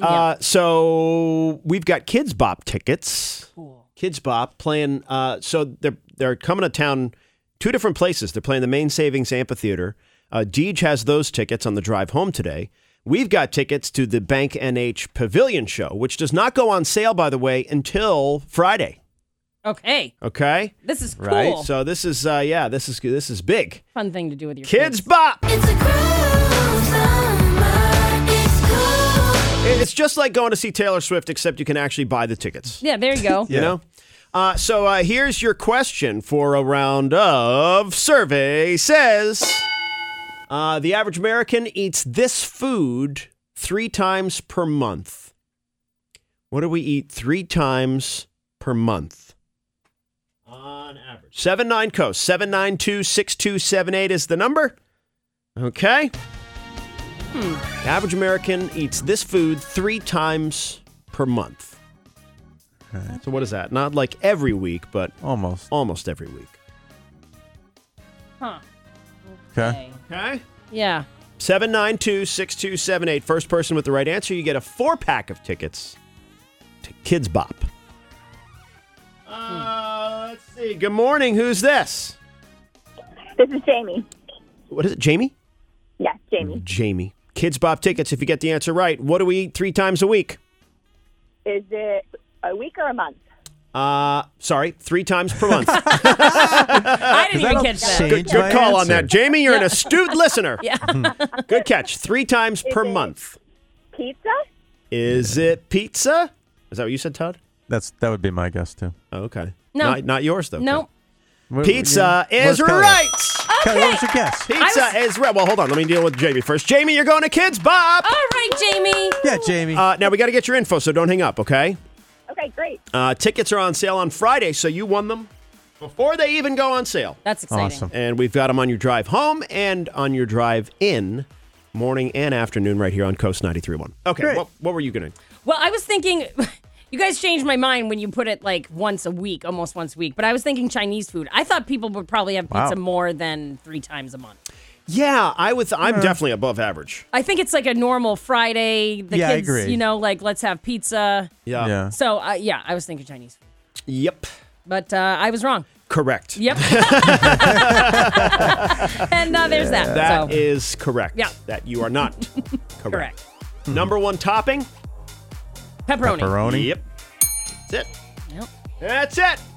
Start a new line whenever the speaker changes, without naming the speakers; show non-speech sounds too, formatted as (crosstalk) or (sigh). Uh, so we've got Kids Bop tickets. Kids Bop playing. Uh, so they're they're coming to town, two different places. They're playing the Main Savings Amphitheater. Uh, Deej has those tickets on the drive home today. We've got tickets to the Bank NH Pavilion show, which does not go on sale, by the way, until Friday.
Okay.
Okay,
This is cool.
right. So this is uh, yeah, this is this is big.
Fun thing to do with your
Kids
kids.
Bop.
It's a groove summer. It's cool.
It- It's just like going to see Taylor Swift, except you can actually buy the tickets.
Yeah, there you
(laughs)
go.
You know? Uh, so uh, here's your question for a round of survey says uh, The average American eats this food three times per month. What do we eat three times per month? On average. 79 Coast, 792 6278 is the number. Okay. The average American eats this food three times per month. So what is that? Not like every week, but
Almost.
almost every week.
Huh.
Okay.
Okay.
Yeah.
792 6278. First person with the right answer, you get a four pack of tickets to Kids Bop. Uh, let's see. Good morning. Who's this?
This is Jamie.
What is it, Jamie?
Yeah, Jamie.
Jamie. Kids Bop tickets if you get the answer right. What do we eat three times a week?
Is it a week or a month?
Uh, sorry, three times per month.
I didn't even catch that.
good good call on that. Jamie, you're an astute listener.
Yeah.
Good catch. Three times per
it-
month.
Pizza?
Is it pizza? Is that what you said, Todd?
That's that would be my guess too.
Oh, okay.
No.
Not, not yours, though.
Nope. Oh,
Wh-
Pizza
yeah.
is
What's Kelly?
right.
Kelly, what
(laughs)
was your guess?
Pizza is right. Well, hold on. Let me deal with Jamie first. Jamie, you're going to Kids Bob.
All right, Jamie.
Yeah, Jamie.
Uh, now, we got to get your info, so don't hang up, okay?
Okay, great.
Uh, tickets are on sale on Friday, so you won them before they even go on sale.
That's exciting.
awesome.
And we've got them on your drive home and on your drive in, morning and afternoon, right here on Coast 93.1. Okay,
Great.
what, what were you going to
Well, I was thinking, (laughs) you guys changed my mind when you put it like once a week, almost once a week. But I was thinking Chinese food. I thought people would probably have
Wow.
pizza more than three times a month.
Yeah, I was. I'm definitely above average.
I think it's like a normal Friday. The
Yeah, I
kids,
agree.
you know, like let's have pizza.
yeah.
So uh, yeah, I was thinking Chinese food,
Yep.
but uh, I was wrong.
Correct.
Yep. (laughs) and uh, there's that.
That is
so
correct.
Yeah.
That you are
(laughs)
not correct.
correct.
Number one topping.
Pepperoni.
Pepperoni.
Yep. That's it.
Yep.
That's it.